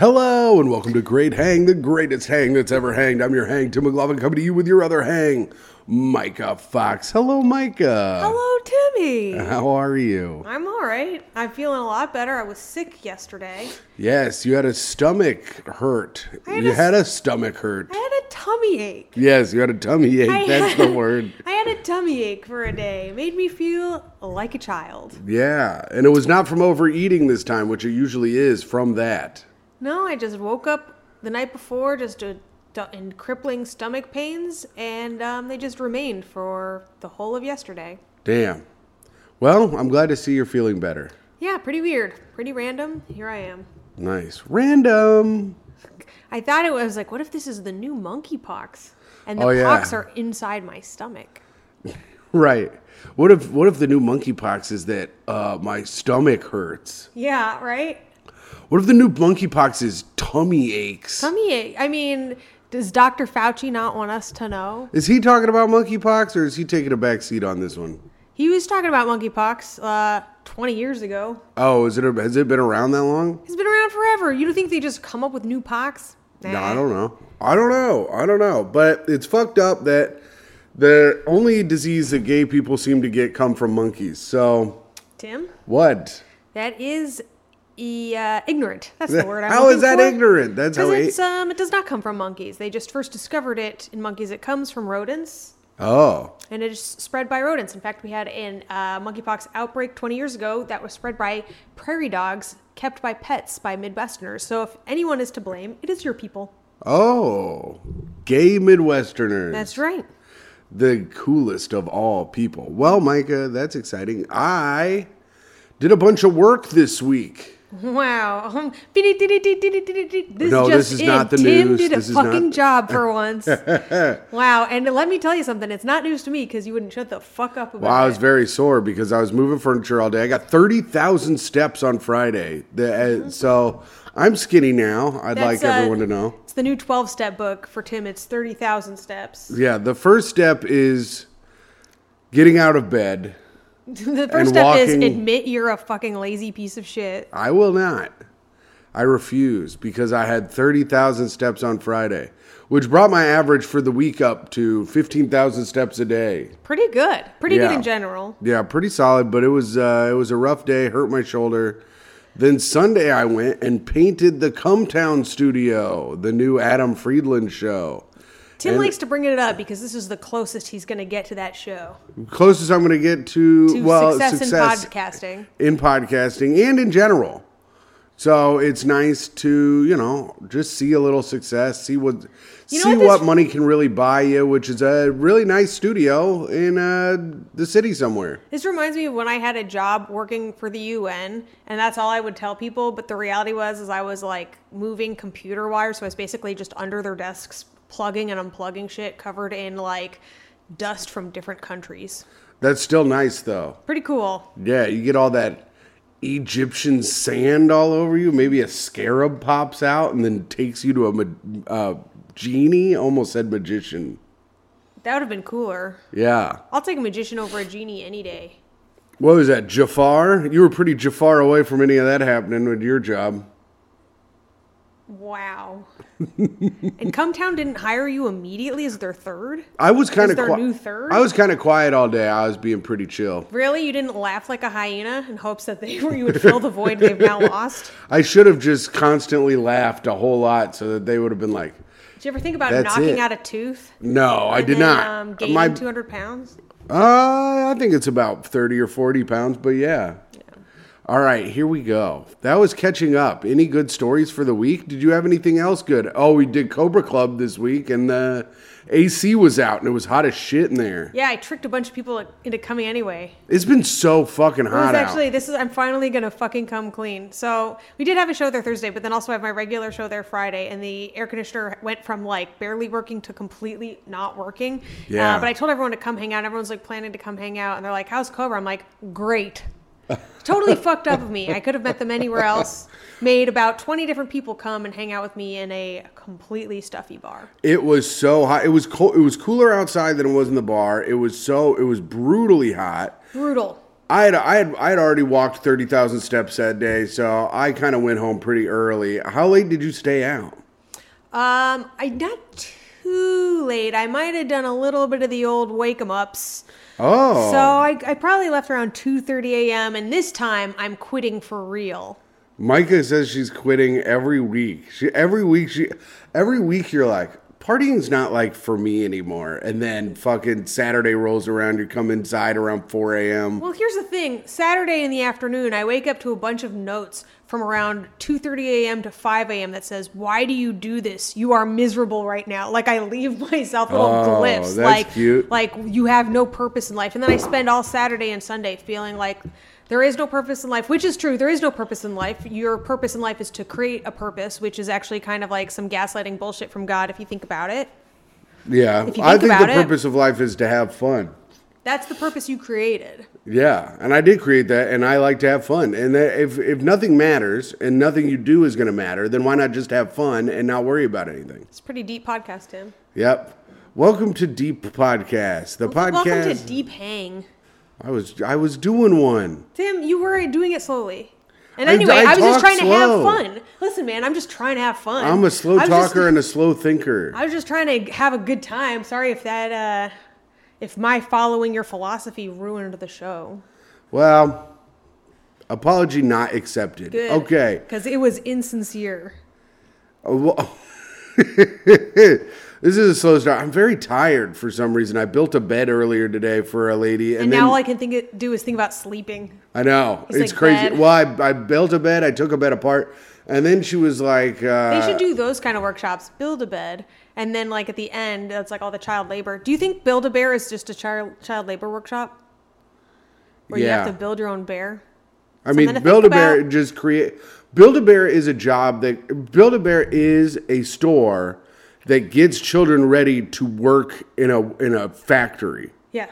Hello and welcome to Great Hang, the greatest hang that's ever hanged. I'm your hang, Tim McLaughlin, coming to you with your other hang, Micah Fox. Hello, Micah. Hello, Timmy. How are you? I'm all right. I'm feeling a lot better. I was sick yesterday. Yes, you had a stomach hurt. had you a s- had a stomach hurt. I had a tummy ache. Yes, you had a tummy ache. I- That's the word. I had a tummy ache for a day. It made me feel like a child. Yeah, and it was not from overeating this time, which it usually is from that. No, I just woke up the night before just a, du- in crippling stomach pains, and um, they just remained for the whole of yesterday. Damn. Well, I'm glad to see you're feeling better. Yeah, pretty weird. Pretty random. Here I am. Nice. Random. I thought it was like, what if this is the new monkeypox? And the Oh, yeah. pox are inside my stomach. Right. What if what if the new monkeypox is that uh, my stomach hurts? Yeah, right? What if the new monkeypox is tummy aches? Tummy ache. I mean, does Dr. Fauci not want us to know? is he talking about monkeypox or is he taking a back seat on this one? He was talking about monkeypox uh, 20 years ago. Oh, is it has it been around that long? It's been around forever. You don't think they just come up with new pox? No, I don't know. I don't know. I don't know. But it's fucked up that the only disease that gay people seem to get come from monkeys. So Tim, what? that is e- uh, ignorant. That's the word I'm How looking is that for. ignorant? That's how 'Cause it- it's, um, it does not come from monkeys. They just first discovered it in monkeys. It comes from rodents. Oh. And it is spread by rodents. In fact, we had an uh, monkeypox outbreak 20 years ago that was spread by prairie dogs kept by pets by Midwesterners. So if anyone is to blame, it is your people. Oh. Gay Midwesterners. That's right. the coolest of all people. Well, Micah, that's exciting. I did a bunch of work this week. Wow. Um, beady, diddy, diddy, diddy, diddy, diddy. This No, just this is not in. the Tim news. did a This is fucking not- job for once. wow. And let me tell you something. It's not news to me because you wouldn't shut the fuck up about Well, I was it. very sore because I was moving furniture all day. I got 30,000 steps on Friday. The- uh, so I'm skinny now. I'd That's, like uh, everyone to know. It's the new 12 step book for Tim. It's 30,000 steps. Yeah, the first step is getting out of bed. the first And step walking- is admit you're a fucking lazy piece of shit. I will not. I refuse because I had 30,000 steps on Friday, which brought my average for the week up to 15,000 steps a day. Pretty good. Pretty good Yeah. in general. Yeah, pretty solid, but it was uh, it was a rough day. Hurt my shoulder. Then Sunday I went and painted the Cumtown Studio, the new Adam Friedland show. Tim And- likes to bring it up because this is the closest he's going to get to that show. Closest I'm going to get to, To well success, success in podcasting. in podcasting and in general. So it's nice to you know just see a little success, see what You know see what this- what money can really buy you, which is a really nice studio in uh, the city somewhere. This reminds me of when I had a job working for the UN, and that's all I would tell people. But the reality was, is I was like moving computer wires, so I was basically just under their desks, plugging and unplugging shit, covered in like dust from different countries. That's still nice though. Pretty cool. Yeah, you get all that Egyptian sand all over you. Maybe a scarab pops out and then takes you to a ma- uh, genie. Almost said magician. That would have been cooler. Yeah. I'll take a magician over a genie any day. What was that, Jafar? You were pretty Jafar away from any of that happening with your job. Wow. and Cumtown didn't hire you immediately as their third? I was kind of their quiet. new third? I was kind of quiet all day. I was being pretty chill. Really? You didn't laugh like a hyena in hopes that they were, you would fill the void they've now lost? I should have just constantly laughed a whole lot so that they would have been like, Did you ever think about That's knocking it. out a tooth? "No, I and did then, not." Um, gaining My- 200 pounds? Uh, I think it's about 30 or 40 pounds, but yeah. All right, here we go. That was catching up. Any good stories for the week? Did you have anything else good? Oh, we did Cobra Club this week, and the AC was out, and it was hot as shit in there. Yeah, I tricked a bunch of people into coming anyway. It's been so fucking It was hot actually, out. this is, I'm finally going to fucking come clean. So we did have a show there Thursday, but then also I have my regular show there Friday, and the air conditioner went from like barely working to completely not working. Uh, Yeah. but I told everyone to come hang out. Everyone's like planning to come hang out, and they're like, how's Cobra? I'm like, great. totally fucked up of me. I could have met them anywhere else. Made about 20 different people come and hang out with me in a completely stuffy bar. It was so hot. It was cold. It was cooler outside than it was in the bar. It was so. It was brutally hot. Brutal. I had I had I had already walked thirty thousand steps that day, so I kind of went home pretty early. How late did you stay out? Um, I not too late. I might have done a little bit of the old wake 'em ups. Oh, So I, I probably left around two thirty a.m. And this time I'm quitting for real. Micah says she's quitting every week. She every week she every week you're like partying's not like for me anymore. And then fucking Saturday rolls around. You come inside around four a.m. Well, here's the thing. Saturday in the afternoon, I wake up to a bunch of notes from around 2:30 a.m. to 5 a.m. that says, "Why do you do this? You are miserable right now." Like I leave myself little Oh, glyphs, that's like cute. like you have no purpose in life. And then I spend all Saturday and Sunday feeling like there is no purpose in life, which is true. There is no purpose in life. Your purpose in life is to create a purpose, which is actually kind of like some gaslighting bullshit from God if you think about it. Yeah, If you I think think about the it- purpose of life is to have fun. That's the purpose you created. Yeah, and I did create that, and I like to have fun. And that if if nothing matters and nothing you do is going to matter, then why not just have fun and not worry about anything? It's a pretty deep podcast, Tim. Yep. Welcome to Deep Podcast, the podcast. Welcome to Deep Hang. I was I was doing one. Tim, you were doing it slowly. And I- anyway, I I, was talk just trying to have slow. fun. Listen, man, I'm just trying to have fun. I'm a slow I was talker just- and a slow thinker. I was just trying to have a good time. Sorry if that, uh, if my following your philosophy ruined the show. well, apology not accepted. Good. Okay. Because it was insincere. Uh, well- this is a slow start. I'm very tired for some reason. I built a bed earlier today for a lady, and, And then, now all I can think it, do is think about sleeping. I know It's it's like crazy. bed. Well, I, I built a bed. I took a bed apart, and then she was like, They uh, should do those kind of workshops. Build a bed. And then, like, at the end, that's like all the child labor. Do you think Build a Bear is just a child, child labor workshop? Where you Yeah. have to build your own bear? I mean, something to think Build a Bear about. just create. Build a Bear is a job that Build a Bear is a store that gets children ready to work in a in a factory. Yeah.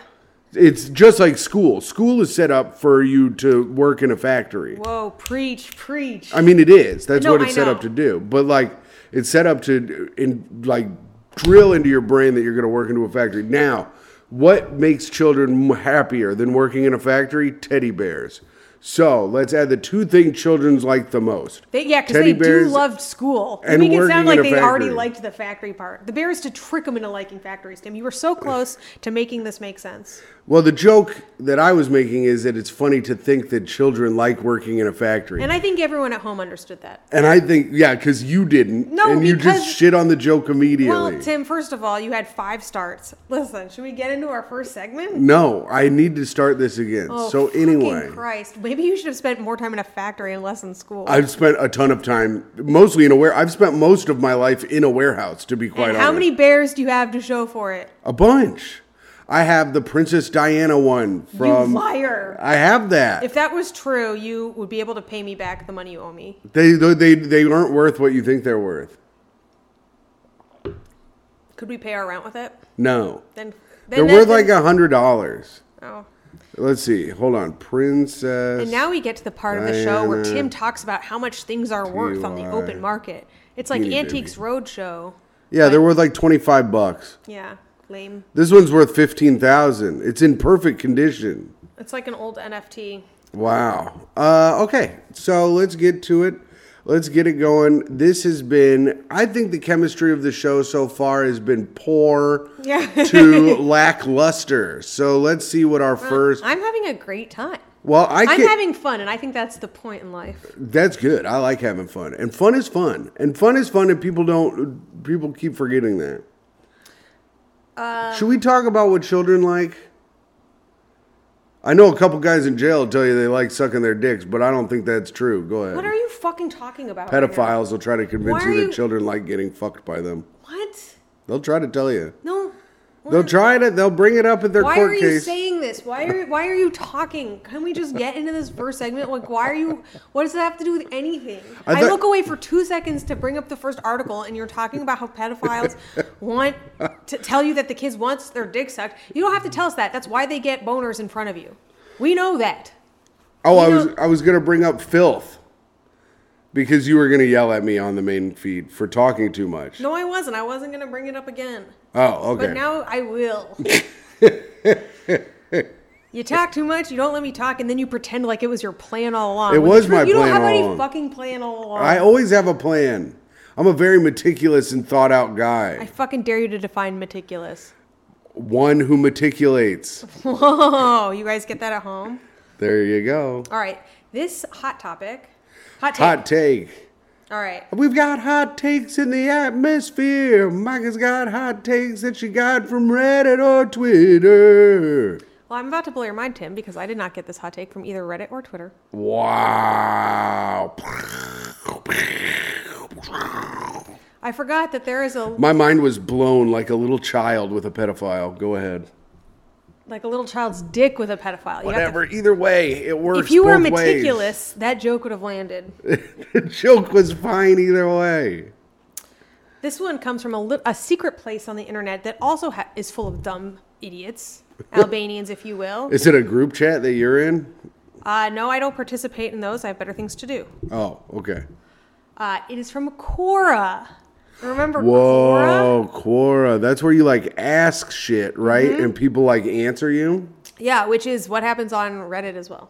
It's just like school. School is set up for you to work in a factory. Whoa, preach, preach. I mean, it is. That's No, what I it's set up know. to do. But like, it's set up to in like drill into your brain that you're going to work into a factory. Now, what makes children m- happier than working in a factory? Teddy bears. So let's add the two things children like the most. They, yeah, because Teddy they do bears love school. You and make it working in sound like a they already factory. liked the factory part. The bear is to trick them into liking factories, Tim. You were so close to making this make sense. Well, the joke that I was making is that it's funny to think that children like working in a factory. And I think everyone at home understood that. And I think, yeah, because you didn't. No, and you just because- shit on the joke immediately. Well, Tim, first of all, you had five starts. Listen, should we get into our first segment? no, I need to start this again. Oh, so fucking anyway. Christ, maybe you should have spent more time in a factory and less in school. I've spent a ton of time, mostly in a ware. I've spent most of my life in a warehouse, to be quite and honest. how many bears do you have to show for it? A bunch. I have the Princess Diana one from. you liar. I have that. if that was true, you would be able to pay me back the money you owe me. they, they they aren't worth what you think they're worth. Could we pay our rent with it? No, Then, they're then worth that- like a hundred dollars. Oh. Let's see. Hold on, Princess. And now we get to the part of the show where Diana. Tim talks about how much things are worth on the TY. open market. It's like Beauty Antiques Roadshow. yeah, they're worth like twenty five bucks. Yeah, lame. This one's worth fifteen thousand. It's in perfect condition. It's like an old NFT. Wow. Uh, okay, so let's get to it. Let's get it going. This has been, I think the chemistry of the show so far has been poor Yeah. to lackluster. So let's see what our first. I'm having a great time. Well, I Uh, I'm can. having fun, and I think that's the point in life. that's good. I like having fun, and fun is fun, and fun is fun, and people don't. People keep forgetting that. Um, Should we talk about what children like? I know a couple guys in jail tell you they like sucking their dicks, but I don't think that's true. Go ahead. What are you fucking talking about? right now? Pedophiles will try to convince Why you are that you- children like getting fucked by them. What? They'll try to tell you. No. They'll try to. They'll bring it up at their Why court are you case. saying this? Why are why are you talking? Can we just get into this first segment? Like, why are you? What does that have to do with anything? I I, thought- look away for two seconds to bring up the first article, and you're talking about how pedophiles want to tell you that the kids wants their dick sucked. You don't have to tell us that. That's why they get boners in front of you. We know that. oh, I you was know- I was gonna bring up filth because you were gonna yell at me on the main feed for talking too much. No, I wasn't. I wasn't gonna bring it up again. Oh, okay. But now I will. You talk too much. You don't let me talk, and then you pretend like it was your plan all along. It When was the truth- my you plan don't have all any along. fucking plan all along. I I, always have a plan. I'm a very meticulous and thought out guy. fucking dare you to define meticulous. One who meticulates. Whoa, you guys get that at home? There you go. All right, this hot topic, hot take. Hot take. All right, We've got hot takes in the atmosphere. Micah's got hot takes that she got from Reddit or Twitter. well, I'm about to blow your mind, Tim, because I did not get this hot take from either Reddit or Twitter. Wow. I forgot that there is a My mind was blown like a little child with a pedophile. Go ahead. like a little child's dick with a pedophile. You have to- Whatever. Either way, it works. if you were both ways. meticulous, that joke would have landed. the joke was fine either way. This one comes from a, lit a secret place on the internet that also ha- is full of dumb idiots, Albanians, if you will. Is it a group chat that you're in? Uh, no, I don't participate in those. I have better things to do. Oh, okay. Uh, it is from Quora. Remember Quora? Mm-hmm. Whoa, Quora. That's where you like ask shit, right? And people like answer you. Yeah, which is what happens on Reddit as well.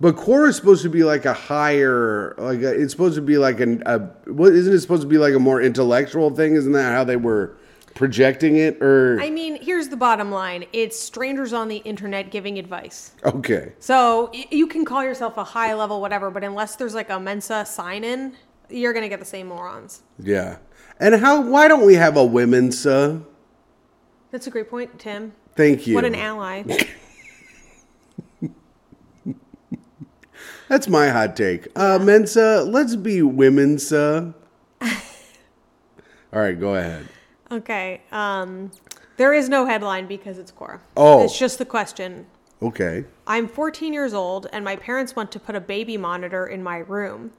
But Quora is supposed to be like a higher, like a, it's supposed to be like an, a, what isn't it supposed to be like a more intellectual thing? Isn't that how they were projecting it? Or I mean, here's the bottom line it's strangers on the internet giving advice. okay, So y- you can call yourself a high level whatever, but unless there's like a Mensa sign in, you're going to get the same morons. yeah. And how? Why don't we have a women's? Uh, That's a great point, Tim. thank you. What an ally. That's my hot take. Uh, Mensa, let's be women's. Uh. All right, go ahead. Okay. Um, there is no headline because it's Quora. Oh. It's just the question. Okay. I'm 14 years old and my parents want to put a baby monitor in my room.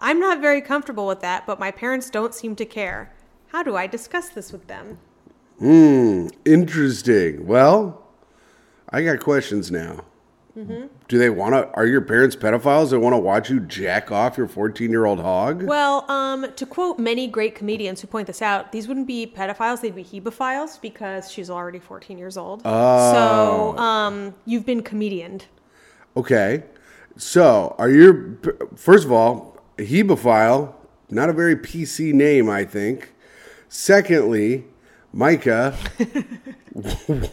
I'm not very comfortable with that, but my parents don't seem to care. How do I discuss this with them? Interesting. Well, I got questions now. Mm-hmm. Do they want to? Are your parents pedophiles? They want to watch you jack off your fourteen-year-old hog? Well, um, to quote many great comedians who point this out, these wouldn't be pedophiles, they'd be hebophiles because she's already 14 years old. Oh. So um, you've been comedianed. Okay. So, are your first of all hebophile? Not a very PC name, I think. Secondly, Micah,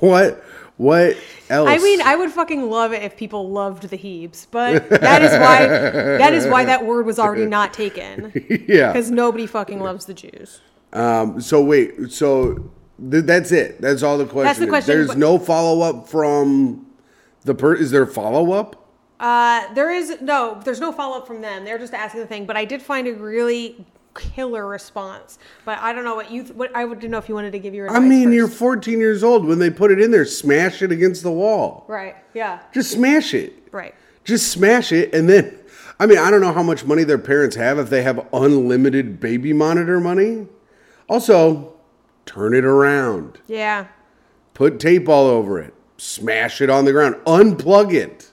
what what else? I mean, I would fucking love it if people loved the Hebes, but that is why that is why that word was already not taken yeah. because nobody fucking loves the Jews. Um, so wait, so th- that's it. That's all the question. the is. question. There's no follow up from the per. Is there follow up? Uh, there is no, there's no follow up from them. They're just asking the thing, but I did find a really killer response. But I don't know what you, what I would didn't know if you wanted to give your. I advice mean, first. you you're 14 years old. When they put it in there, smash it against the wall. right. Yeah. Just smash it. Right. Just smash it, and then. I mean, I don't know how much money their parents have if they have unlimited baby monitor money. Also, turn it around. Yeah. put tape all over it, smash it on the ground, unplug it.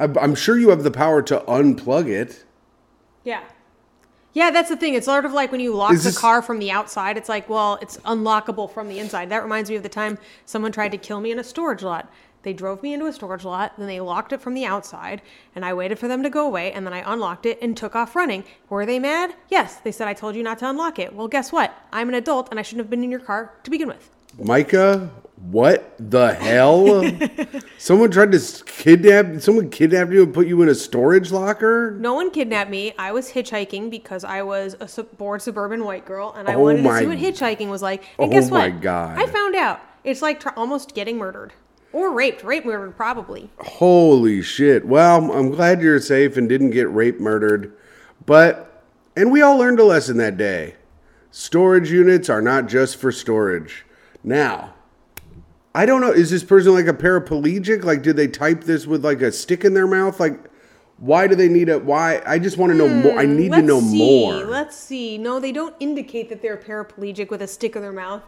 I- I'm sure you have the power to unplug it. Yeah. Yeah, that's the thing. It's sort of like when you lock Is the this- car from the outside, it's like, well, it's unlockable from the inside. That reminds me of the time someone tried to kill me in a storage lot. They drove me into a storage lot, then they locked it from the outside, and I waited for them to go away, and then I unlocked it and took off running. Were they mad? Yes. They said, I told you not to unlock it. Well, guess what? I'm an adult, and I shouldn't have been in your car to begin with. Micah, what the hell? someone tried to s- kidnap. Someone kidnapped you and put you in a storage locker. No one kidnapped me. I was hitchhiking because I was a sub- bored suburban white girl, and I Oh wanted to my- see what hitchhiking was like. Oh And guess what? my God. I found out it's like tr- almost getting murdered or raped. Rape murdered probably. Holy shit! Well, I'm glad you're safe and didn't get rape murdered, but and we all learned a lesson that day. Storage units are not just for storage. Now, I don't know. Is this person like a paraplegic? Like, did they type this with like a stick in their mouth? Like, why do they need a? Why? I just want to know more. I need to Hmm, Let's know see. Oh, more. Let's see. No, they don't indicate that they're paraplegic with a stick in their mouth,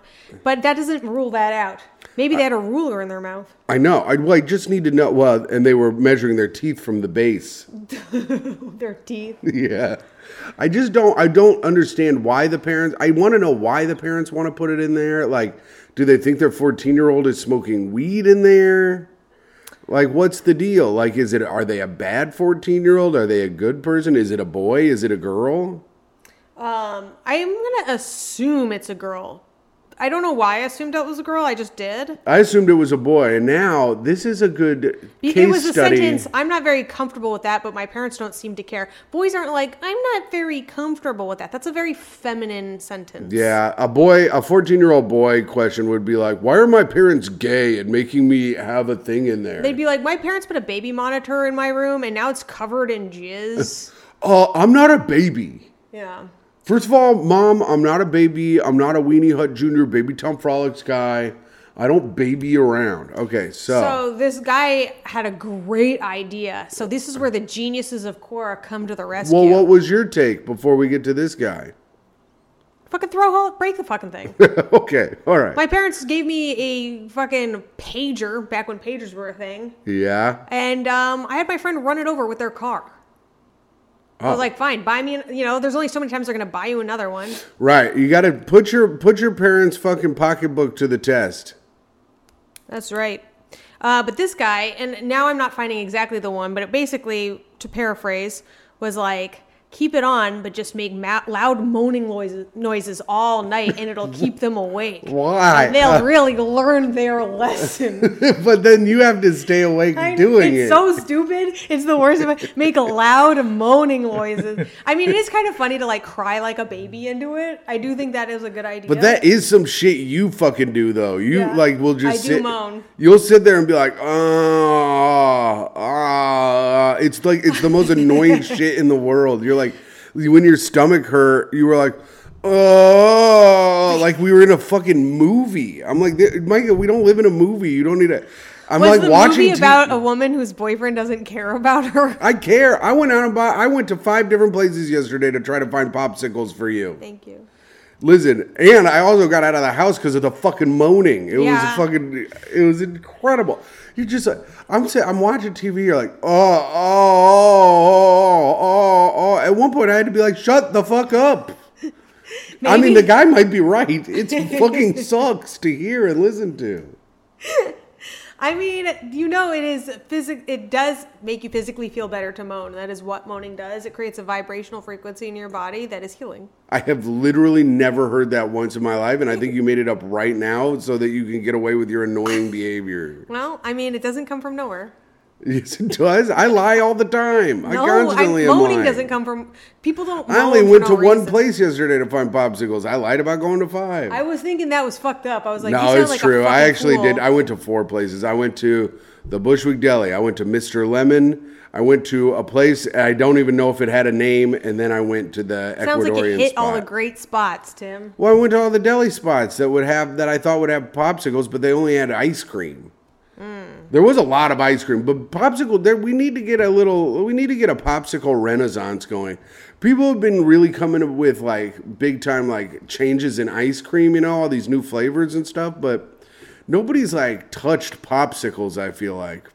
but that doesn't rule that out. Maybe they had a ruler in their mouth. I know. I, well, I just need to know. Well, and they were measuring their teeth from the base. Their teeth. yeah. I just don't I don't understand why the parents I want to know why the parents want to put it in there. Like, do they think their 14-year-old is smoking weed in there? Like, what's the deal? Like, is it, are they a bad 14 year old? Are they a good person? Is it a boy? Is it a girl? Um, I'm gonna assume it's a girl. I don't know why I assumed that was a girl. I just did. I assumed it was a boy. And now this is a good Be- case It was a study. sentence. I'm not very comfortable with that, but my parents don't seem to care. Boys aren't like I'm not very comfortable with that. That's a very feminine sentence. Yeah, a boy, a 14 year old boy question would be like, why are my parents gay and making me have a thing in there? They'd be like, my parents put a baby monitor in my room, and now it's covered in jizz. uh, I'm not a baby. yeah. First of all, mom, I'm not a baby. I'm not a Weenie Hut Jr. baby Tom Frolics guy. I don't baby around. Okay, so, So this guy had a great idea. So this is where the geniuses of Korra come to the rescue. well, what was your take before we get to this guy? Fucking throw hole, break the fucking thing. okay, all right. My parents gave me a fucking pager back when pagers were a thing, yeah. and um, I had my friend run it over with their car. I Oh. was like, fine, buy me. An, you know, there's only so many times they're gonna buy you another one. Right. You got to put your put your parents' fucking pocketbook to the test. That's right. Uh, but this guy, and now I'm not finding exactly the one, but it basically, to paraphrase, was like, keep it on, but just make ma- loud moaning noises, noises all night, and it'll keep them awake. Why? Uh. And they'll really learn their lesson. but then you have to stay awake I- doing it's it. so stupid. It's the worst. of it. Make loud moaning noises. I mean, it is kind of funny to like cry like a baby into it. I do think that is a good idea. but that is some shit you fucking do though. You Yeah. like will just I do sit, moan. You'll sit there and be like, ah, ah. It's like it's the most annoying shit in the world. You're like, when your stomach hurt, you were like, oh, like we were in a fucking movie. I'm like, Micah, we don't live in a movie. You don't need a. I'm was like the watching movie TV. about a woman whose boyfriend doesn't care about her? I care. I went out and bought. I went to five different places yesterday to try to find popsicles for you. Thank you. Listen, and I also got out of the house because of the fucking moaning. It Yeah. was fucking. It was incredible. You just. like, I'm saying. I'm watching TV. You're like, oh, oh, oh, oh, oh. At one point, I had to be like, shut the fuck up. I mean, the guy might be right. It's fucking sucks to hear and listen to. I mean, you know, it is physic. It does make you physically feel better to moan. That is what moaning does. It creates a vibrational frequency in your body that is healing. I have literally never heard that once in my life, and I think you made it up right now so that you can get away with your annoying behavior. Well, I mean, it doesn't come from nowhere. Yes, it does. I lie all the time. I no, constantly I, am moaning lying. doesn't come from. People don't. I only moan for went to no one reason. place yesterday to find popsicles. I lied about going to five. I was thinking that was fucked up. I was like, you no, sound it's like a true. I fucking actually fool. did. I went to four places. I went to the Bushwick Deli. I went to Mr. Lemon. I went to a place I don't even know if it had a name, and then I went to the sounds Ecuadorian like it hit spot. all the great spots, Tim. Well, I went to all the deli spots that would have that I thought would have popsicles, but they only had ice cream. Hmm. There was a lot of ice cream, but popsicle. There, we need to get a little. We need to get a popsicle renaissance going. People have been really coming up with like big time like changes in ice cream. You know all these new flavors and stuff, but nobody's like touched popsicles. I feel like.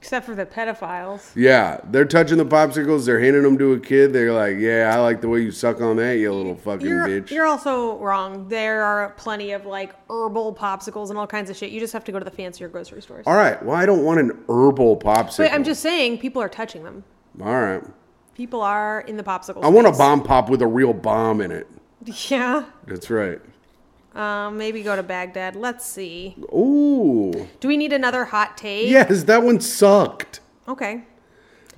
Except for the pedophiles. Yeah, they're touching the popsicles. They're handing them to a kid. They're like, "Yeah, I like the way you suck on that, you little fucking You're, bitch." you're also wrong. There are plenty of like herbal popsicles and all kinds of shit. You just have to go to the fancier grocery stores. All right. Well, I don't want an herbal popsicle. But I'm just saying, people are touching them. All right. People are in the popsicle. I want a bomb pop with a real bomb in it. Yeah. That's right. Um, maybe go to Baghdad. Let's see. Ooh. Do we need another hot take? Yes, that one sucked. Okay.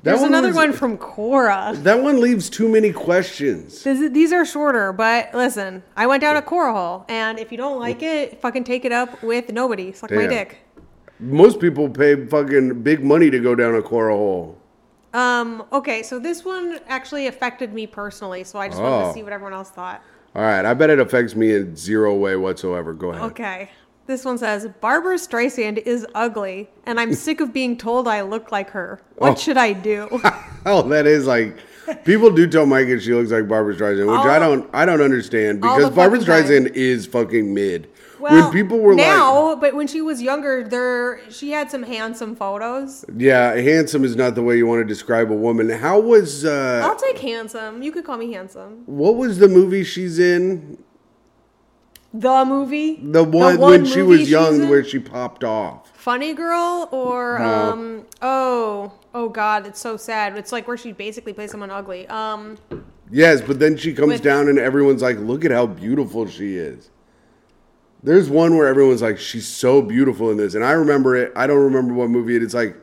That There's another was- one from Cora. That one leaves too many questions. This is- these are shorter, but listen, I went down a Cora hole, and if you don't like it, fucking take it up with nobody. Suck my Yeah. dick. Most people pay fucking big money to go down a coral hole. Um, okay, so this one actually affected me personally, so I just wanted Oh. to see what everyone else thought. All right. I bet it affects me in zero way whatsoever. Go ahead. Okay. This one says, Barbara Streisand is ugly, and I'm sick of being told I look like her. What Oh. should I do? oh, that is like people do tell Mike and she looks like Barbara Streisand, which All- I don't. I don't understand all because the Barbara fucking Streisand time. is fucking mid. Well, when people were like, now, but when she was younger, there she had some handsome photos. Yeah, handsome is not the way you want to describe a woman. How was uh I'll take handsome. You could call me handsome. what was the movie she's in? the movie. The one, when she movie was she's young, in? where she popped off. Funny Girl or No. um oh oh god, it's so sad. It's like where she basically plays someone ugly. Um Yes, but then she comes With- down and everyone's like, "Look at how beautiful she is." There's one where everyone's like, "She's so beautiful in this," and I remember it. I don't remember what movie it is. Like,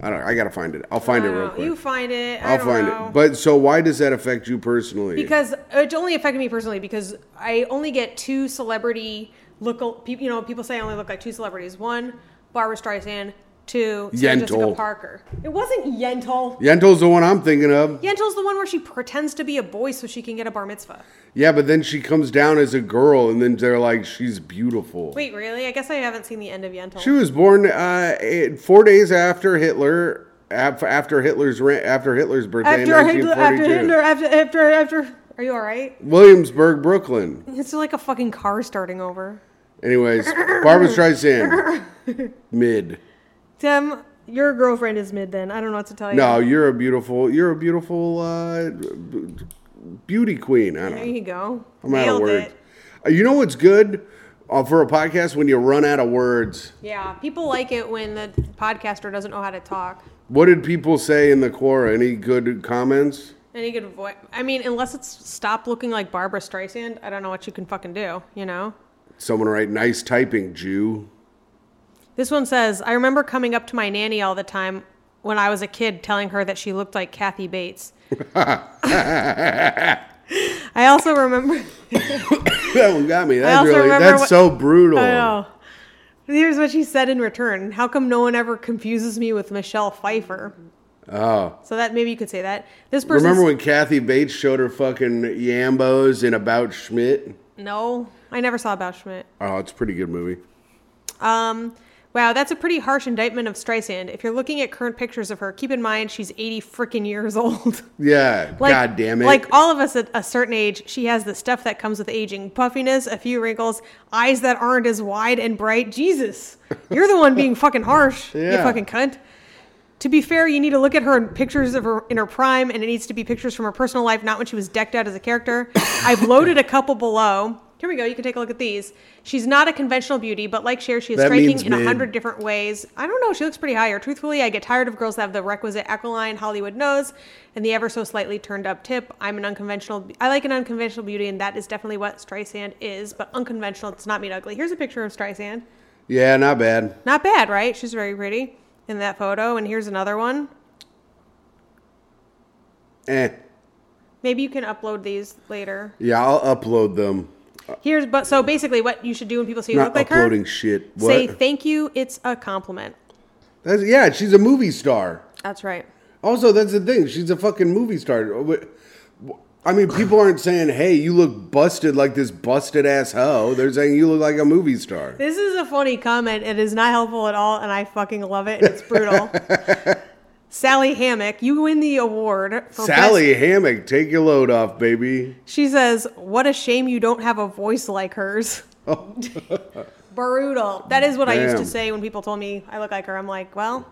I don't. I gotta find it. I'll find I it don't real know. quick. you find it. I I'll don't find know. it. But so, why does that affect you personally? because it only affected me personally because I only get two celebrity look. You know, people say I only look like two celebrities. One, Barbara Streisand. Two, Sarah Jessica Yentl. Parker. It wasn't Yentl. Yentl's the one I'm thinking of. Yentl's the one where she pretends to be a boy so she can get a bar mitzvah. Yeah, but then she comes down as a girl, and then they're like, "She's beautiful." Wait, really? I guess I haven't seen the end of Yentl. She was born uh, eight- four days after Hitler. af- After Hitler's ra- after Hitler's birthday after in Hitler, 1942. after Hitler, after after after. Are you all right? Williamsburg, Brooklyn. It's like a fucking car starting over. Anyways, Barbara Streisand, mid. Tim, your girlfriend is mid. Then I don't know what to tell you. No, you're a beautiful. You're a beautiful uh, b- beauty queen. I don't. There know. you go. I'm out Nailed of words. it. Uh, You know what's good uh, for a podcast when you run out of words. Yeah, people like it when the podcaster doesn't know how to talk. What did people say in the Quora? Any good comments? And you could avoid. I mean, unless it's stop looking like Barbara Streisand, I don't know what you can fucking do, you know? Someone write nice typing, Jew. This one says I remember coming up to my nanny all the time when I was a kid telling her that she looked like Kathy Bates. I also remember. that one got me. That's also really remember that's what- so brutal. I uh, know. Here's what she said in return. How come no one ever confuses me with Michelle Pfeiffer? Oh. So that maybe you could say that. This person. Remember when Kathy Bates showed her fucking yambos in About Schmidt? no, I never saw About Schmidt. Oh, it's a pretty good movie. Um, wow, that's a pretty harsh indictment of Streisand. If you're looking at current pictures of her, keep in mind she's 80 freaking years old. Yeah. God damn it. Like all of us at a certain age, she has the stuff that comes with aging puffiness, a few wrinkles, eyes that aren't as wide and bright. Jesus, you're the one being fucking harsh, you Yeah. fucking cunt. To be fair, you need to look at her in pictures of her in her prime, and it needs to be pictures from her personal life, not when she was decked out as a character. I've loaded a couple below. Here we go. You can take a look at these. She's not a conventional beauty, but like Cher, she is That striking means in a mid. hundred different ways. I don't know. She looks pretty higher. Truthfully, I get tired of girls that have the requisite aquiline Hollywood nose and the ever so slightly turned up tip. I'm an unconventional. I like an unconventional beauty, and that is definitely what Streisand is. But unconventional does not mean ugly. Here's a picture of Streisand. yeah, not bad. Not bad, right? She's very pretty in that photo. And here's another one. Eh. Maybe you can upload these later. Yeah, I'll upload them. Here's but so basically what you should do when people say you Not look like her. uploading shit. What? Say thank you. It's a compliment. That's- yeah, she's a movie star. That's right. Also, that's the thing. She's a fucking movie star. Wh- wh- I mean, people aren't saying, "Hey, you look busted like this busted ass hoe." They're saying you look like a movie star. This is a funny comment. It is not helpful at all, and I fucking love it. It's brutal. Sally Hammock, you win the award for Sally best- Hammock, take your load off, baby. She says, "What a shame you don't have a voice like hers." brutal. That is what I used to Oh. Damn. say when people told me I look like her. I'm like, well,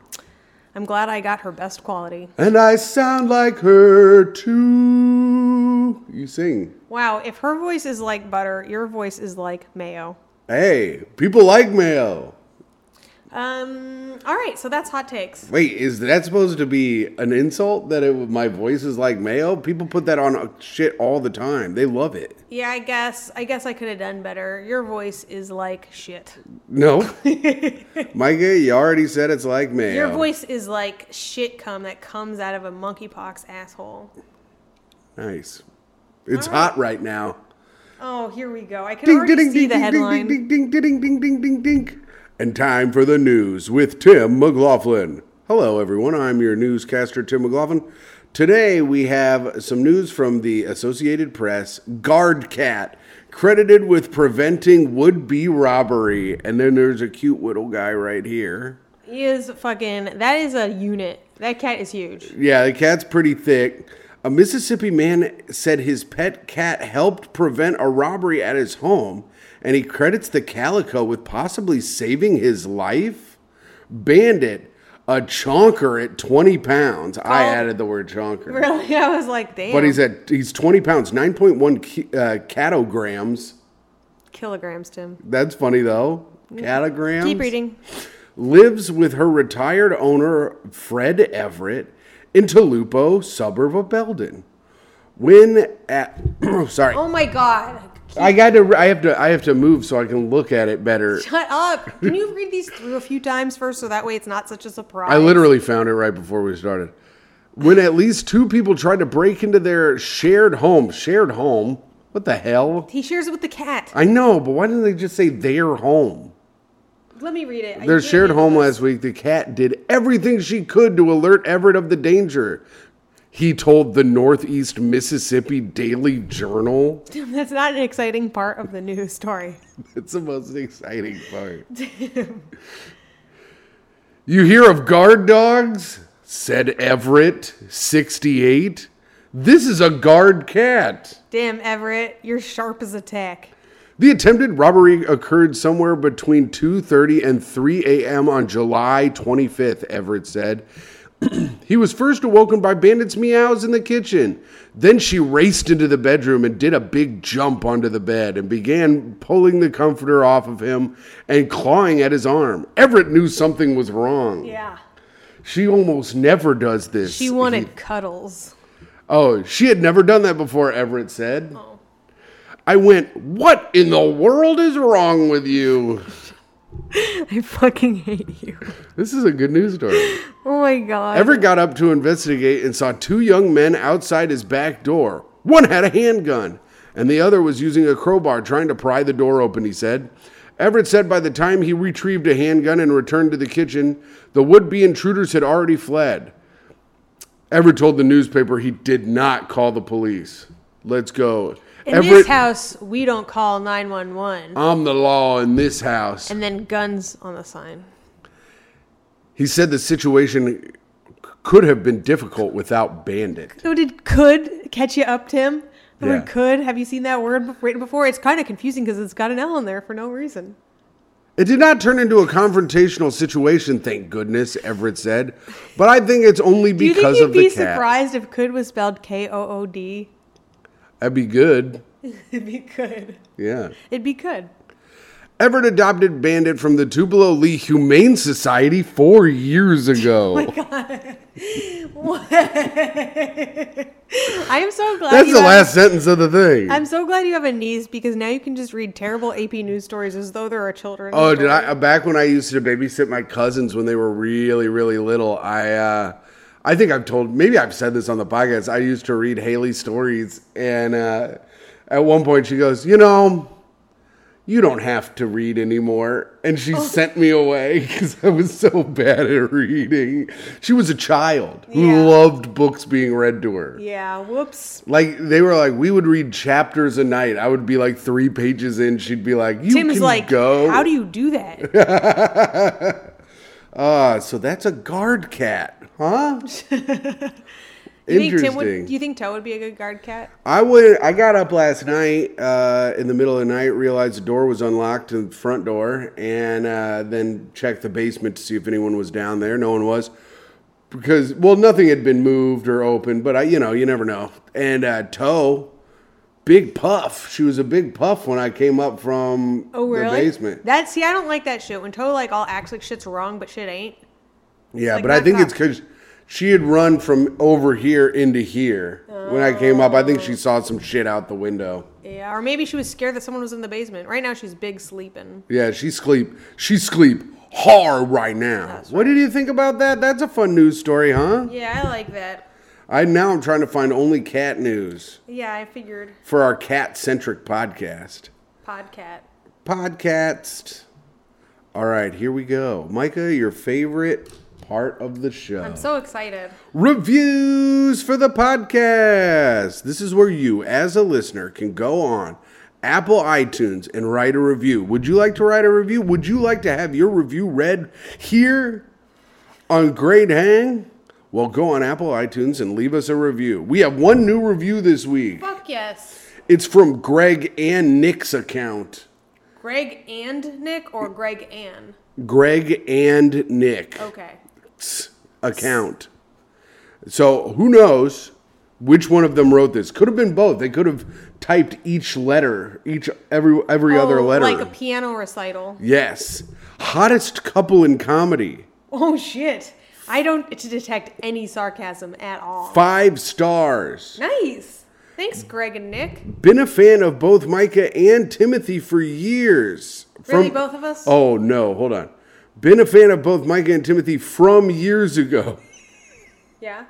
I'm glad I got her best quality. And I sound like her too. You sing. Wow, if her voice is like butter, your voice is like mayo. Hey, people like mail. Um. All right, so that's hot takes. Wait, is that supposed to be an insult that it, my voice is like mayo? People put that on uh, shit all the time. They love it. Yeah, I guess. I guess I could have done better. Your voice is like shit. No. Micah, you already said it's like mayo. Your voice is like shit cum that comes out of a monkeypox asshole. Nice. It's hot right now. Oh, here we go. I can already see the headline. ding, ding, ding, ding, ding, ding, ding, ding. And time for the news with Tim McLaughlin. Hello, everyone. I'm your newscaster, Tim McLaughlin. Today we have some news from the Associated Press. Guard cat credited with preventing would-be robbery, and then there's a cute little guy right here. He is fucking. That is a unit. That cat is huge. Yeah, the cat's pretty thick. A Mississippi man said his pet cat helped prevent a robbery at his home, and he credits the calico with possibly saving his life. Bandit, a chonker at 20 pounds. I Called- added the word chonker. Really, I was like, damn. But he's at he's 20 pounds, 9.1 ki- uh, catograms. Kilograms, Tim. That's funny though. Catagrams. Keep reading. lives with her retired owner, Fred Everett, in Tolupo, suburb of Belden. When at, sorry, Oh my God. I got to, I have to, I have to move so I can look at it better. Shut up. Can you read these through a few times first so that way it's not such a surprise? I literally found it right before we started. When at least two people tried to break into their shared home, shared home. What the hell? He shares it with the cat. I know, but why didn't they just say their home? Let me read it. I Their can't shared read home this. last week, the cat did everything she could to alert Everett of the danger. He told the Northeast Mississippi Daily Journal. That's not an exciting part of the news story. It's the most exciting part. You hear of guard dogs? said Everett, 68. This is a guard cat. Damn, Everett, you're sharp as a tack. The attempted robbery occurred somewhere between 2:30 and 3 a.m. on July 25th, Everett said. he was first awoken by bandits' meows in the kitchen. Then she raced into the bedroom and did a big jump onto the bed and began pulling the comforter off of him and clawing at his arm. Everett knew something was wrong. Yeah. She almost never does this. She wanted cuddles. Oh, she had never done that before, Everett said. Oh. I went, What in the world is wrong with you? I fucking hate you. This is a good news story. Oh my god. Everett got up to investigate and saw two young men outside his back door. One had a handgun, and the other was using a crowbar trying to pry the door open, he said. Everett said by the time he retrieved a handgun and returned to the kitchen, the would be intruders had already fled. Everett told the newspaper he did not call the police. Let's go. In Everett, this house, we don't call 911. I'm the law in this house. and then guns on the sign. He said the situation could have been difficult without Bandit. So did could catch you up, Tim? The Yeah. word could. Have you seen that word be- written before? It's kind of confusing because it's got an L in there for no reason. It did not turn into a confrontational situation, thank goodness, Everett said. But I think it's only Do you think because you'd of the be cat. surprised if could was spelled K O O D? That'd be good. It'd be good. Yeah. It'd be good. Everett adopted Bandit from the Tupelo Lee Humane Society four years Oh ago. I am so glad. That's you the have- last sentence of the thing. I'm so glad you have a niece because now you can just read terrible AP news stories as though there are children. Oh, did I? Back when I used to babysit my cousins when they were really, really little, I, uh, I think I've told, maybe I've said this on the podcast. I used to read Haley's stories, and uh, at one point she goes, "You know, you don't have to read anymore," and she Oh. sent me away because I was so bad at reading. She was a child who Yeah. loved books being read to her. Yeah. Whoops. Like they were like, we would read chapters a night. I would be like three pages in. She'd be like, "You Tim's can like, go." how do you do that? Ah, so that's a guard cat, huh? Do you think Tim would, Interesting. do you think Toe would be a good guard cat? I would. I got up last night uh, in the middle of the night, realized the door was unlocked, the front door, and uh, then checked the basement to see if anyone was down there. No one was, because well, nothing had been moved or opened. But I, you know, you never know. And uh, Toe, big puff. She was a big puff when I came up from Oh, really? the basement. That see, I don't like that shit. When Toe like all acts like shit's wrong, but shit ain't. Yeah, Like, but I knock think it's knock. because she had run from over here into here. When I came up, I think she saw some shit out the window. Yeah, or maybe she was scared that someone was in the basement. Right now, she's big sleeping. Yeah, she sleep. She sleep hard right now. What did you think about that? That's a fun news story, huh? Yeah, I like that. I now I'm trying to find only cat news Yeah, I figured for our cat centric podcast. podcat. Podcast. All right, here we go. Micah, your favorite part of the show. I'm so excited. Reviews for the podcast. This is where you, as a listener, can go on Apple iTunes and write a review. Would you like to write a review? Would you like to have your review read here on Great Hang? Well, go on Apple iTunes and leave us a review. We have one new review this week. Fuck yes. It's from Greg and Nick's account. Greg and Nick or Greg and? Greg and Nick. Okay. Nick's account. So who knows? which one of them wrote this. Could have been both. They could have typed each letter, each every every other Oh, letter. Like a piano recital. yes, hottest couple in comedy. Oh shit! I don't to detect any sarcasm at all. Five stars. Nice. Thanks, Greg and Nick. Been a fan of both Micah and Timothy for years. Really, both of us? Oh no, hold on. Been a fan of both Micah and Timothy from years ago. Yeah.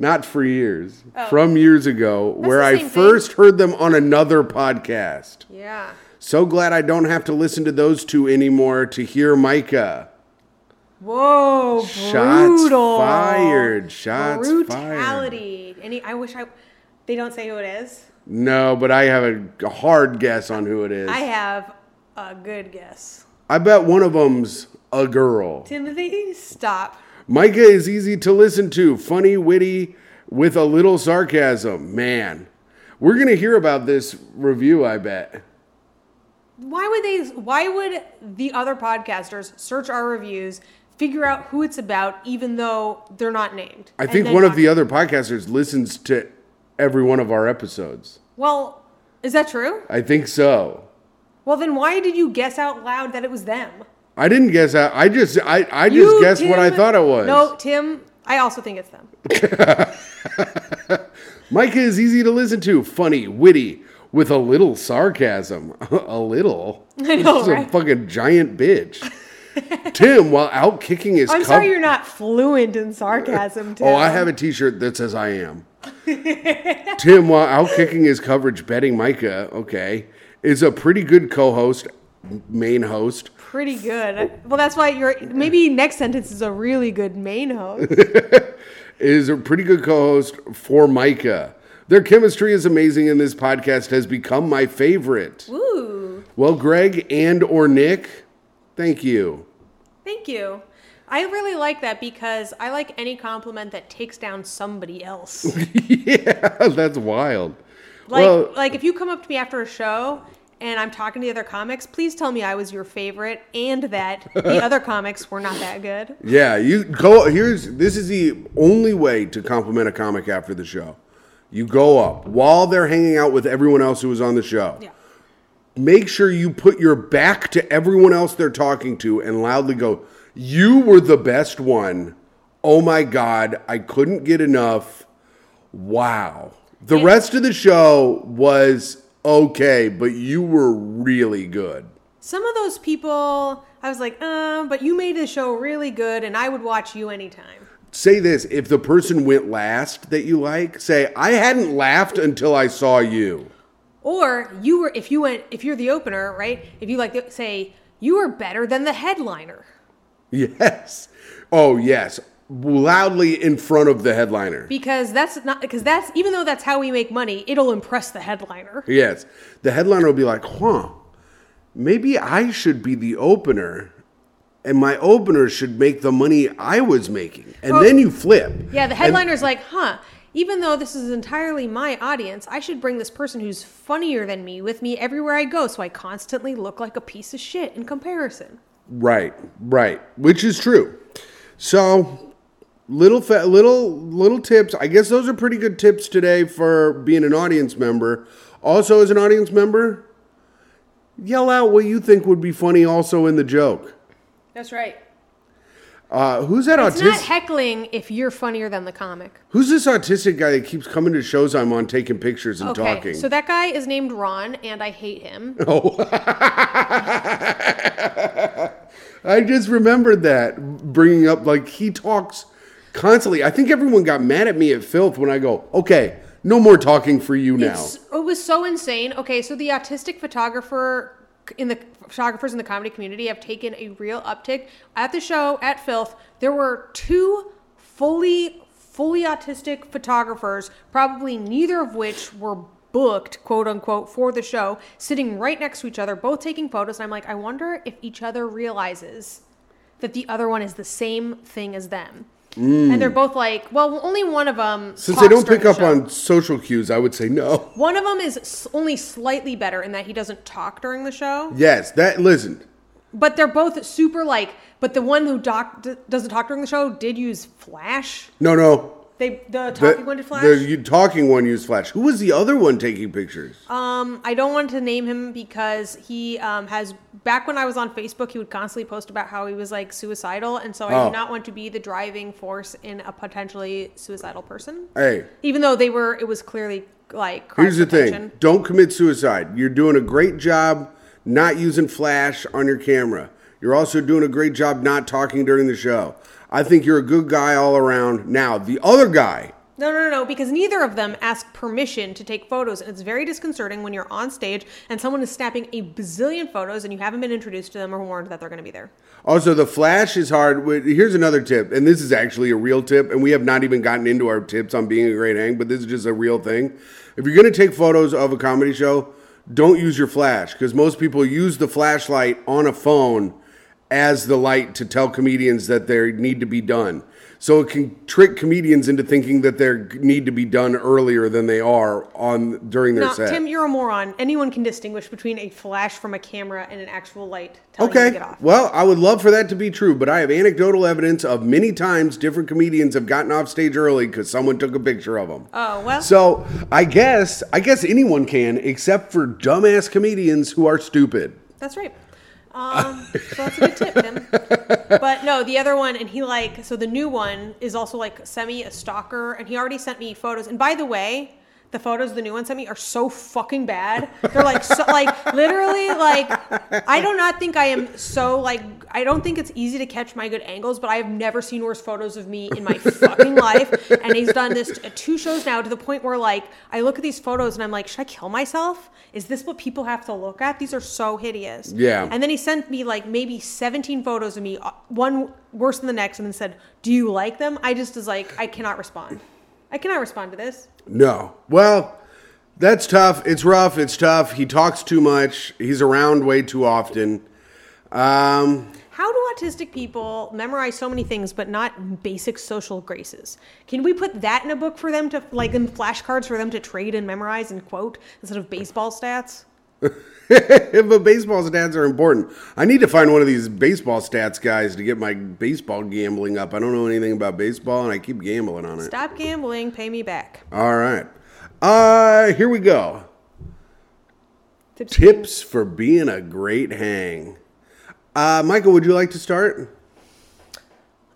Not for years. From years ago, where Oh. the I same thing. first heard them on another podcast. Yeah. So glad I don't have to listen to those two anymore to hear Micah. Whoa. Shots brutal. fired. Shots fired. Brutality. Any? I wish I. They don't say who it is. No, but I have a, a hard guess on who it is. I I, have a good guess. bet one of them's a girl. Timothy, stop. Micah is easy to listen to, funny, witty, with a little sarcasm. Man, we're going to hear about this review, I bet. Why would they? Why would the other podcasters search our reviews, figure out who it's about, even though they're not named? I and think then one of not- the other podcasters listens to every one of our episodes. Well, is that true? I think so. Well, then why did you guess out loud that it was them? I didn't guess that. I just I, I just You, guessed what I Tim- thought it was. No, Tim, I also think it's them. Micah is easy to listen to, funny, witty, with a little sarcasm. a little. I know, She's a right? fucking giant bitch. Tim, while out kicking his I'm cup. sorry you're not fluent in sarcasm, Tim. Oh, I have a T-shirt that says "I am." Tim, while out kicking his coverage, betting Micah, okay, is a pretty good co-host, main host. Pretty good. Well, that's why you're. Maybe next sentence is a really good main host. Is a pretty good co-host for Micah. Their chemistry is amazing, and this podcast has become my favorite. Ooh, Well, Greg and or Nick, thank you. thank you. I really like that because I like any compliment that takes down somebody else. yeah, that's wild. Like, well, like if you come up to me after a show and I'm talking to the other comics, please tell me I was your favorite and that the other comics were not that good. yeah, you go. Here's this is the only way to compliment a comic after the show. You go up while they're hanging out with everyone else who was on the show. Yeah. Make sure you put your back to everyone else they're talking to and loudly go, "You were the best one. Oh my god, I couldn't get enough. Wow." The rest of the show was okay, but you were really good. Some of those people, I was like, um, but you made the show really good, and I would watch you anytime. say this if the person went last that you like say i hadn't laughed until i saw you Or you were, if you went, if you're the opener, right? If you like, to say you were better than the headliner. yes oh yes loudly in front of the headliner Because that's not because that's even though that's how we make money, it'll impress the headliner. yes the headliner will be like huh maybe i should be the opener and my opener should make the money i was making and then you flip Yeah, the headliner's like, huh, even though this is entirely my audience, I should bring this person who's funnier than me with me everywhere I go so I constantly look like a piece of shit in comparison. Right, right, which is true. So, little fa- little little tips. I guess those are pretty good tips today for being an audience member. Also, as an audience member, yell out what you think would be funny. Also, in the joke, That's right. uh, who's that It's not autistic? heckling if you're funnier than the comic. Who's this autistic guy that keeps coming to shows I'm on, taking pictures and Okay, talking? so that guy is named Ron, and I hate him. Oh. I just remembered that bringing up like he talks constantly. I think everyone got mad at me at filth when I go, okay, no more talking for you now. It's- it was so insane. Okay, so the autistic photographer in the photographers in the comedy community have taken a real uptick at the show at Filth. There were two fully fully autistic photographers, probably neither of which were booked quote unquote for the show, sitting right next to each other, both taking photos. And I'm like, I wonder if each other realizes that the other one is the same thing as them. And they're both like, well, only one of them. Hmm. Since they talks don't during pick the up show. on social cues, I would say no. One of them is s- only slightly better in that he doesn't talk during the show, Yes, that listen. but they're both super like. But the one who doc, d- doesn't talk during the show did use Flash. No, no. They the The- talking winded flash. The you- talking one used flash. Who was the other one taking pictures? Um, I don't want to name him because he um, has. Back when I was on Facebook, he would constantly post about how he was like suicidal, and so I Oh. do not want to be the driving force in a potentially suicidal person. hey, Even though they were, it was clearly like. here's crimes the of thing: attention. don't commit suicide. You're doing a great job not using flash on your camera. You're also doing a great job not talking during the show. I think you're a good guy all around. Now, the other guy, No, no, no, no, because neither of them asked permission to take photos, and it's very disconcerting when you're on stage and someone is snapping a bazillion photos and you haven't been introduced to them or warned that they're going to be there. Also, the flash is hard. Wait, Here's another tip, and this is actually a real tip, and we have not even gotten into our tips on being a great hang, but this is just a real thing. If you're going to take photos of a comedy show, don't use your flash because most people use the flashlight on a phone as the light to tell comedians that they need to be done. So it can trick comedians into thinking that they need to be done earlier than they are on during their Now, set. Tim, you're a moron. Anyone can distinguish between a flash from a camera and an actual light telling you to Okay. get off. Well, I would love for that to be true, but I have anecdotal evidence of many times different comedians have gotten off stage early because someone took a picture of them. Oh, well. So I guess I guess anyone can, except for dumbass comedians who are stupid. That's right. Um, so that's a good tip, Tim. But no, the other one, and he like so the new one is also like semi a stalker, and he already sent me photos. And by the way, the photos the new one sent me are so fucking bad. They're like so like literally like I do not think I am so like I don't think it's easy to catch my good angles, but I have never seen worse photos of me in my fucking life. And he's done this at two shows now to the point where like I look at these photos and I'm like, should I kill myself? Is this what people have to look at? These are so hideous. Yeah. And then he sent me like maybe 17 photos of me, uh, one worse than the next, and then said, Do you like them? I just was like, I cannot respond. I cannot respond to this. No. Well, that's tough. It's rough. It's tough. He talks too much. He's around way too often. Um, How do autistic people memorize so many things but not basic social graces? Can we put that in a book for them to, like, in flashcards for them to trade and memorize and quote instead of baseball stats? but baseball stats are important. I need to find one of these baseball stats guys to get my baseball gambling up. I don't know anything about baseball, and I keep gambling on it. Stop gambling, pay me back. All right. Uh, here we go. Tips for being a great hang. Uh, Michael, would you like to start?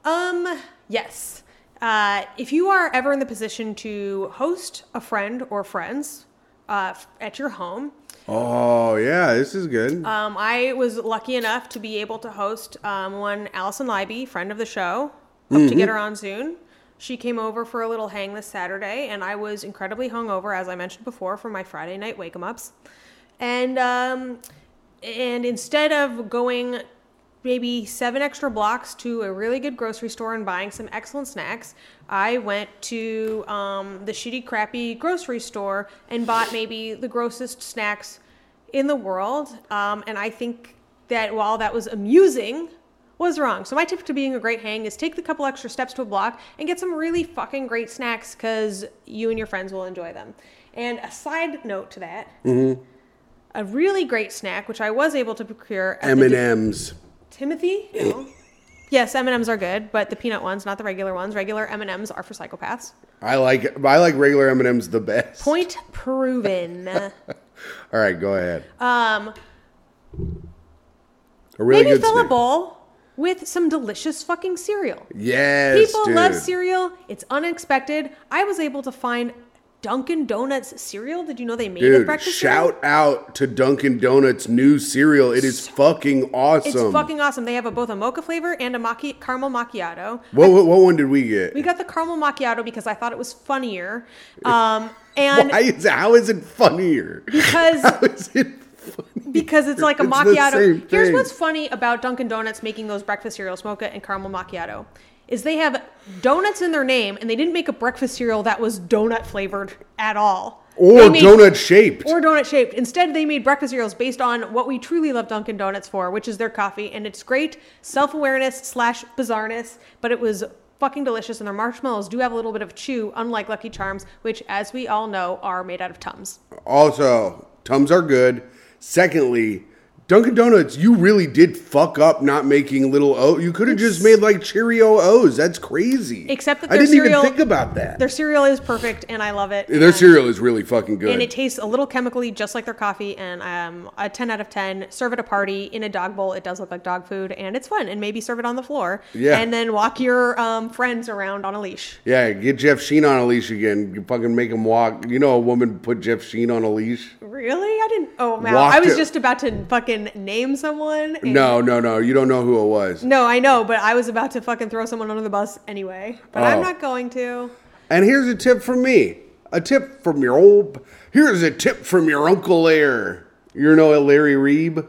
Um, yes. Uh, if you are ever in the position to host a friend or friends uh, f- at your home, Oh, yeah, this is good. um, I was lucky enough to be able to host um, one Allison Leiby, friend of the show. Hope to get her on soon. She came over for a little hang this Saturday, and I was incredibly hungover, as I mentioned before, from my Friday night wake 'em ups. And um, and instead of going maybe seven extra blocks to a really good grocery store and buying some excellent snacks, I went to um, the shitty, crappy grocery store and bought maybe the grossest snacks in the world. Um, and I think that while that was amusing, was wrong. So my tip to being a great hang is take the couple extra steps to a block and get some really fucking great snacks because you and your friends will enjoy them. And a side note to that, a really great snack which I was able to procure at the M&M's. Timothy? No. yes, M&Ms are good, but the peanut ones, not the regular ones. Regular M&Ms are for psychopaths. I like I like regular M&M's the best. Point proven. All right, go ahead. um, A really maybe good fill a snack. bowl with some delicious fucking cereal. Yes, People dude. love cereal. It's unexpected. I was able to find Dunkin' Donuts cereal. Did you know they made it Dude, breakfast? shout cereal? out to Dunkin' Donuts' new cereal. It is fucking It's awesome. fucking awesome. They have a, both a mocha flavor and a machi- caramel macchiato. what, what, what one did we get? We got the caramel macchiato because I thought it was funnier. Um, and Why is, how is it funnier? because How is it funny? because it's like a It's the same macchiato. Here's thing. what's funny about Dunkin' Donuts making those breakfast cereals, mocha and caramel macchiato, is they have donuts in their name, and they didn't make a breakfast cereal that was donut flavored at all. Or They made- donut shaped. Or donut shaped. Instead, they made breakfast cereals based on what we truly love Dunkin' Donuts for, which is their coffee, and it's great self awareness slash bizarreness, but it was fucking delicious, and their marshmallows do have a little bit of chew, unlike Lucky Charms, which, as we all know, are made out of tums. Also, Tums are good. Secondly, Dunkin' Donuts, you really did fuck up not making little O. You could have just made like Cheerio O's. That's crazy. Except that I their didn't cereal- even think about that. Their cereal is perfect, and I love it. Their and- cereal is really fucking good. And it tastes a little chemically, just like their coffee. And um, a ten out of ten. Serve at a party in a dog bowl. It does look like dog food, and it's fun. And maybe serve it on the floor. Yeah. And then walk your um, friends around on a leash. yeah, get Jeff Sheen on a leash again. You fucking make him walk. You know, a woman put Jeff Sheen on a leash. Really? I didn't. Oh man, Walked I was it- just about to fucking name someone. and- No, no, no. You don't know who it was. No, I know, but I was about to fucking throw someone under the bus anyway. But I'm Oh. not going to. And here's a tip from me. A tip from your old. Here's a tip from your uncle Lair. You know Larry Reeb.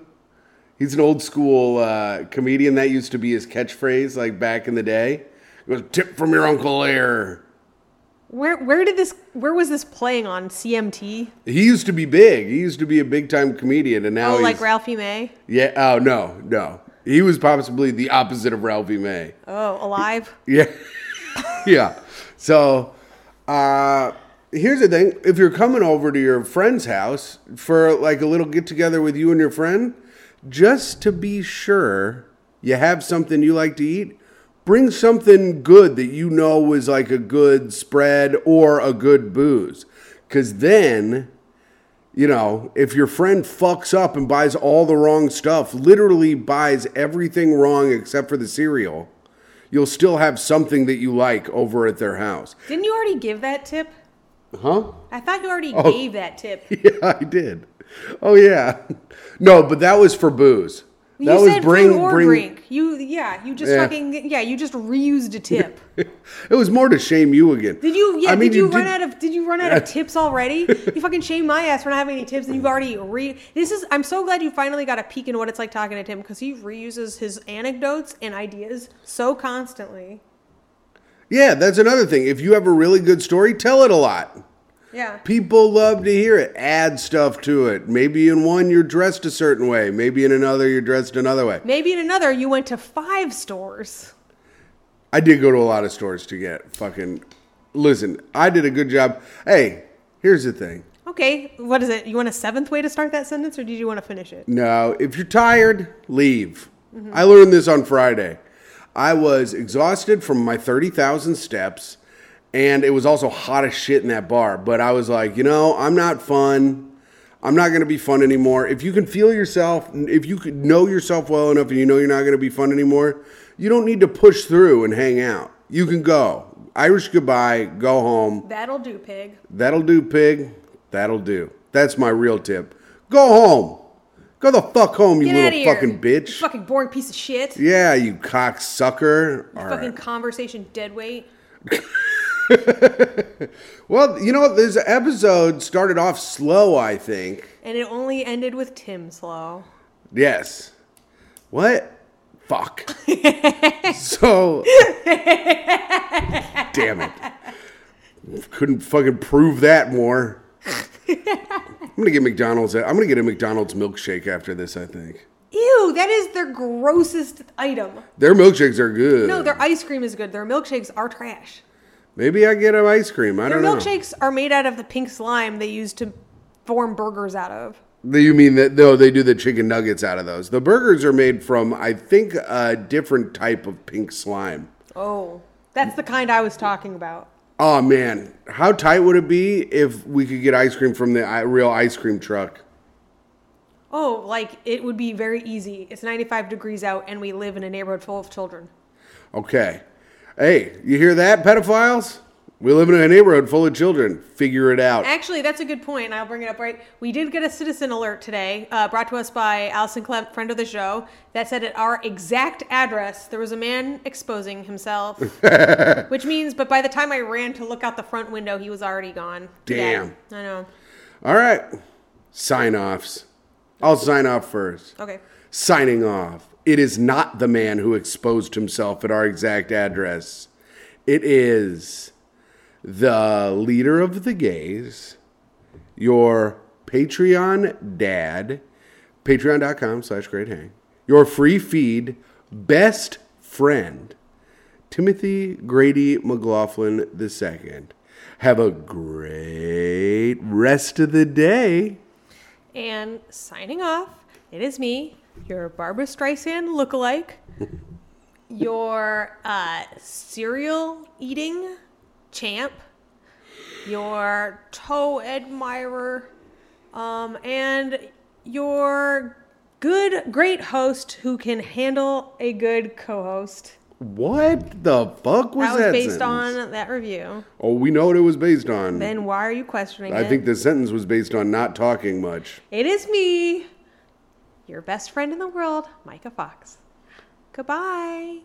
He's an old school uh, comedian. That used to be his catchphrase, like back in the day. It was tip from your uncle Lair. Where where did this? Where was this playing on CMT? He used to be big. He used to be a big time comedian, and now Oh, like he's- Ralphie May. Yeah. Oh no, no. He was possibly the opposite of Ralphie May. Oh, alive. Yeah. yeah. So uh here's the thing. If you're coming over to your friend's house for like a little get together with you and your friend, just to be sure you have something you like to eat, bring something good that you know is like a good spread or a good booze. Cause then you know, if your friend fucks up and buys all the wrong stuff, literally buys everything wrong except for the cereal, you'll still have something that you like over at their house. Didn't you already give that tip? Huh? I thought you already Oh. gave that tip. Yeah, I did. Oh yeah. No, but that was for booze. You that said food or drink. You yeah. You just Yeah. fucking yeah. You just reused a tip. It was more to shame you again. Did you? Yeah. I mean, did you, you run did- out of? Did you run out of tips already? You fucking shame my ass for not having any tips, and you've already re. This is. I'm so glad you finally got a peek into what it's like talking to Tim because he reuses his anecdotes and ideas so constantly. Yeah, that's another thing. If you have a really good story, tell it a lot. Yeah. People love to hear it. Add stuff to it. Maybe in one you're dressed a certain way. Maybe in another you're dressed another way. Maybe in another, you went to five stores. I did go to a lot of stores to get fucking. Listen, I did a good job. Hey, here's the thing. Okay, what is it? You want a seventh way to start that sentence, or did you want to finish it? No, if you're tired, leave. I learned this on Friday. I was exhausted from my 30,000 steps, and it was also hot as shit in that bar. But I was like, you know, I'm not fun. I'm not going to be fun anymore. If you can feel yourself, if you could know yourself well enough and you know you're not going to be fun anymore, you don't need to push through and hang out. You can go. Irish goodbye, go home. That'll do, pig. That'll do, pig. That'll do. That's my real tip. Go home. Go the fuck home, you Get out of little here, fucking you bitch. Fucking boring piece of shit. Yeah, you cocksucker. All fucking right. conversation dead weight. Well, you know, this episode started off slow, I think. And it only ended with Tim Slow. Yes. What? Fuck. so. Damn it. Couldn't fucking prove that more. I'm gonna get McDonald's. I'm gonna get a McDonald's milkshake after this, I think. Ew, that is their grossest item. Their milkshakes are good. No, their ice cream is good. Their milkshakes are trash. Maybe I get an ice cream. I Their don't know. milkshakes are made out of the pink slime they use to form burgers out of. Do You mean that? No, they do the chicken nuggets out of those. The burgers are made from, I think, a different type of pink slime. Oh, that's the kind I was talking about. Oh man, how tight would it be if we could get ice cream from the i- real ice cream truck? Oh, like it would be very easy. It's 95 degrees out, and we live in a neighborhood full of children. Okay. Hey, you hear that, pedophiles? We live in a neighborhood full of children. Figure it out. Actually, that's a good point, and I'll bring it up right. We did get a citizen alert today, uh, brought to us by Allison Clem, friend of the show, that said at our exact address there was a man exposing himself, which means. But by the time I ran to look out the front window, he was already gone. Damn. Yeah, I know. All right. Sign offs. I'll sign off first. Okay. Signing off. It is not the man who exposed himself at our exact address. It is the leader of the gays, your Patreon dad, patreon.com slash great hang, your free feed best friend, Timothy Grady McLaughlin II. Have a great rest of the day. And signing off. It is me, your Barbara Streisand lookalike, your uh, cereal eating champ, your toe admirer, um, and your good, great host who can handle a good co host. What the fuck was That that? was based sentence? on that review. Oh, we know what it was based on. Then why are you questioning I it? think the sentence was based on not talking much. It is me, your best friend in the world, Micah Fox. Goodbye.